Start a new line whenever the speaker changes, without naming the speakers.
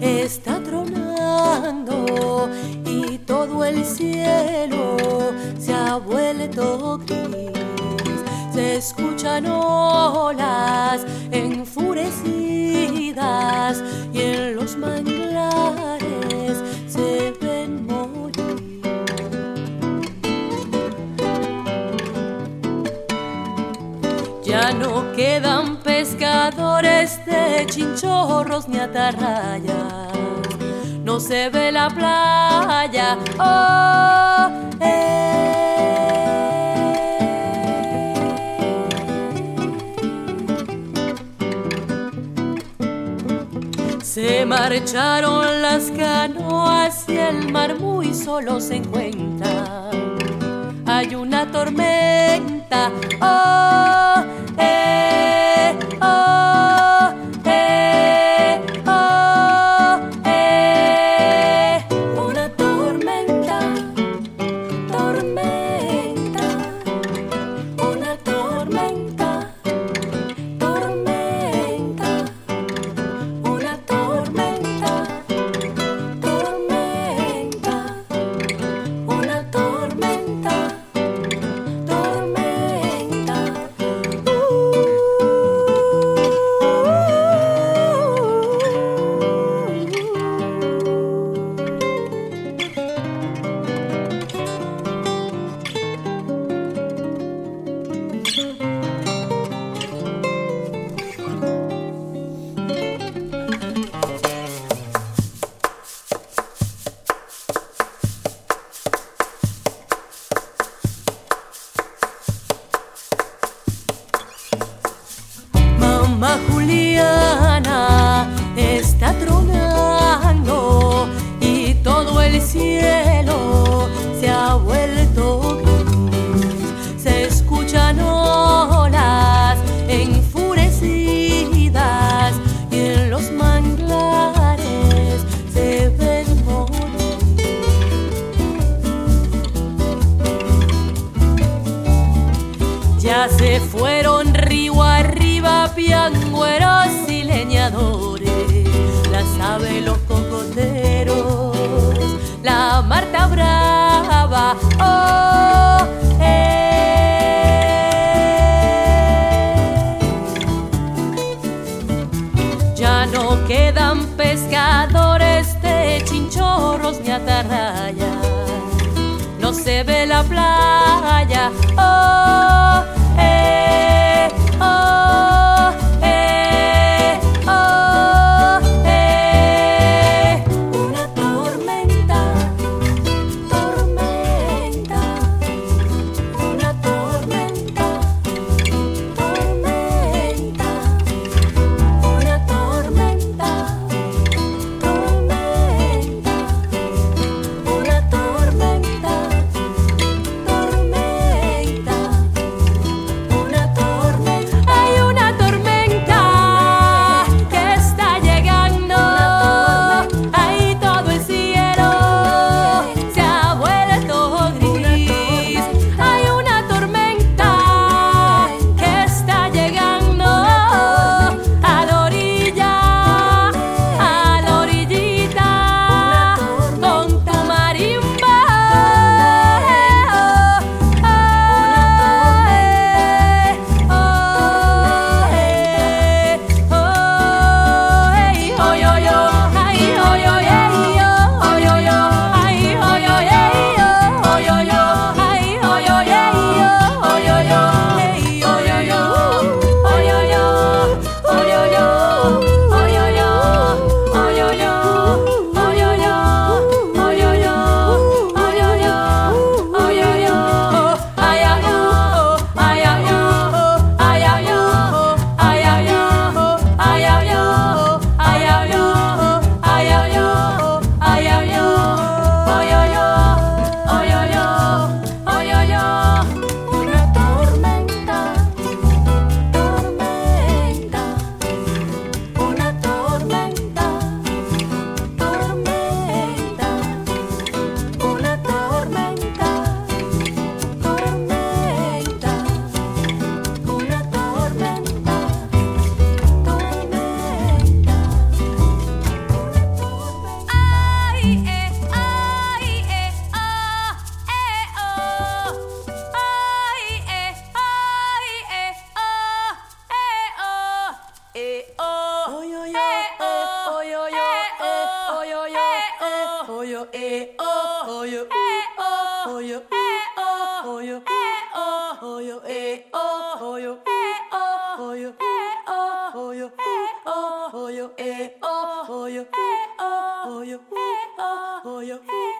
está tronando y todo el cielo se ha vuelto gris. Se escuchan olas enfurecidas y en los manglares se ven morir. Ya no quedan pescadores de chinchorros ni atarrayas. No se ve la playa. Oh, eh. Se marcharon las canoas y el mar muy solo se encuentra. Hay una tormenta. Oh, eh, oh, eh, oh, eh. Una tormenta, tormenta, una tormenta, tormenta, una tormenta, tormenta, una tormenta, tormenta. Uh, uh, Mamá Juliana está tronando y todo el cielo se ha vuelto gris. Se escuchan olas enfurecidas y en los manglares se ven morir. Ya se fueron río arriba piangueros y leñadores, las aves, los cocoteros, la Marta Brava. Oh, eh. Ya no quedan pescadores de chinchorros ni atarrayas no se ve la playa. Oh, eh, oh, eh, oh, eh. Una tormenta, tormenta, una tormenta, tormenta, una tormenta, tormenta. Una tormenta, tormenta, yo, eh, oh, oh, yo, eh, oh, oh, yo, eh, oh, oh, yo, eh, oh, oh, yo, eh, oh, oh, yo, eh, oh, oh, yo, eh, oh, oh, yo, eh, oh, oh, yo, eh, oh, oh, yo, eh, oh, oh, yo, eh, oh, oh, yo, eh,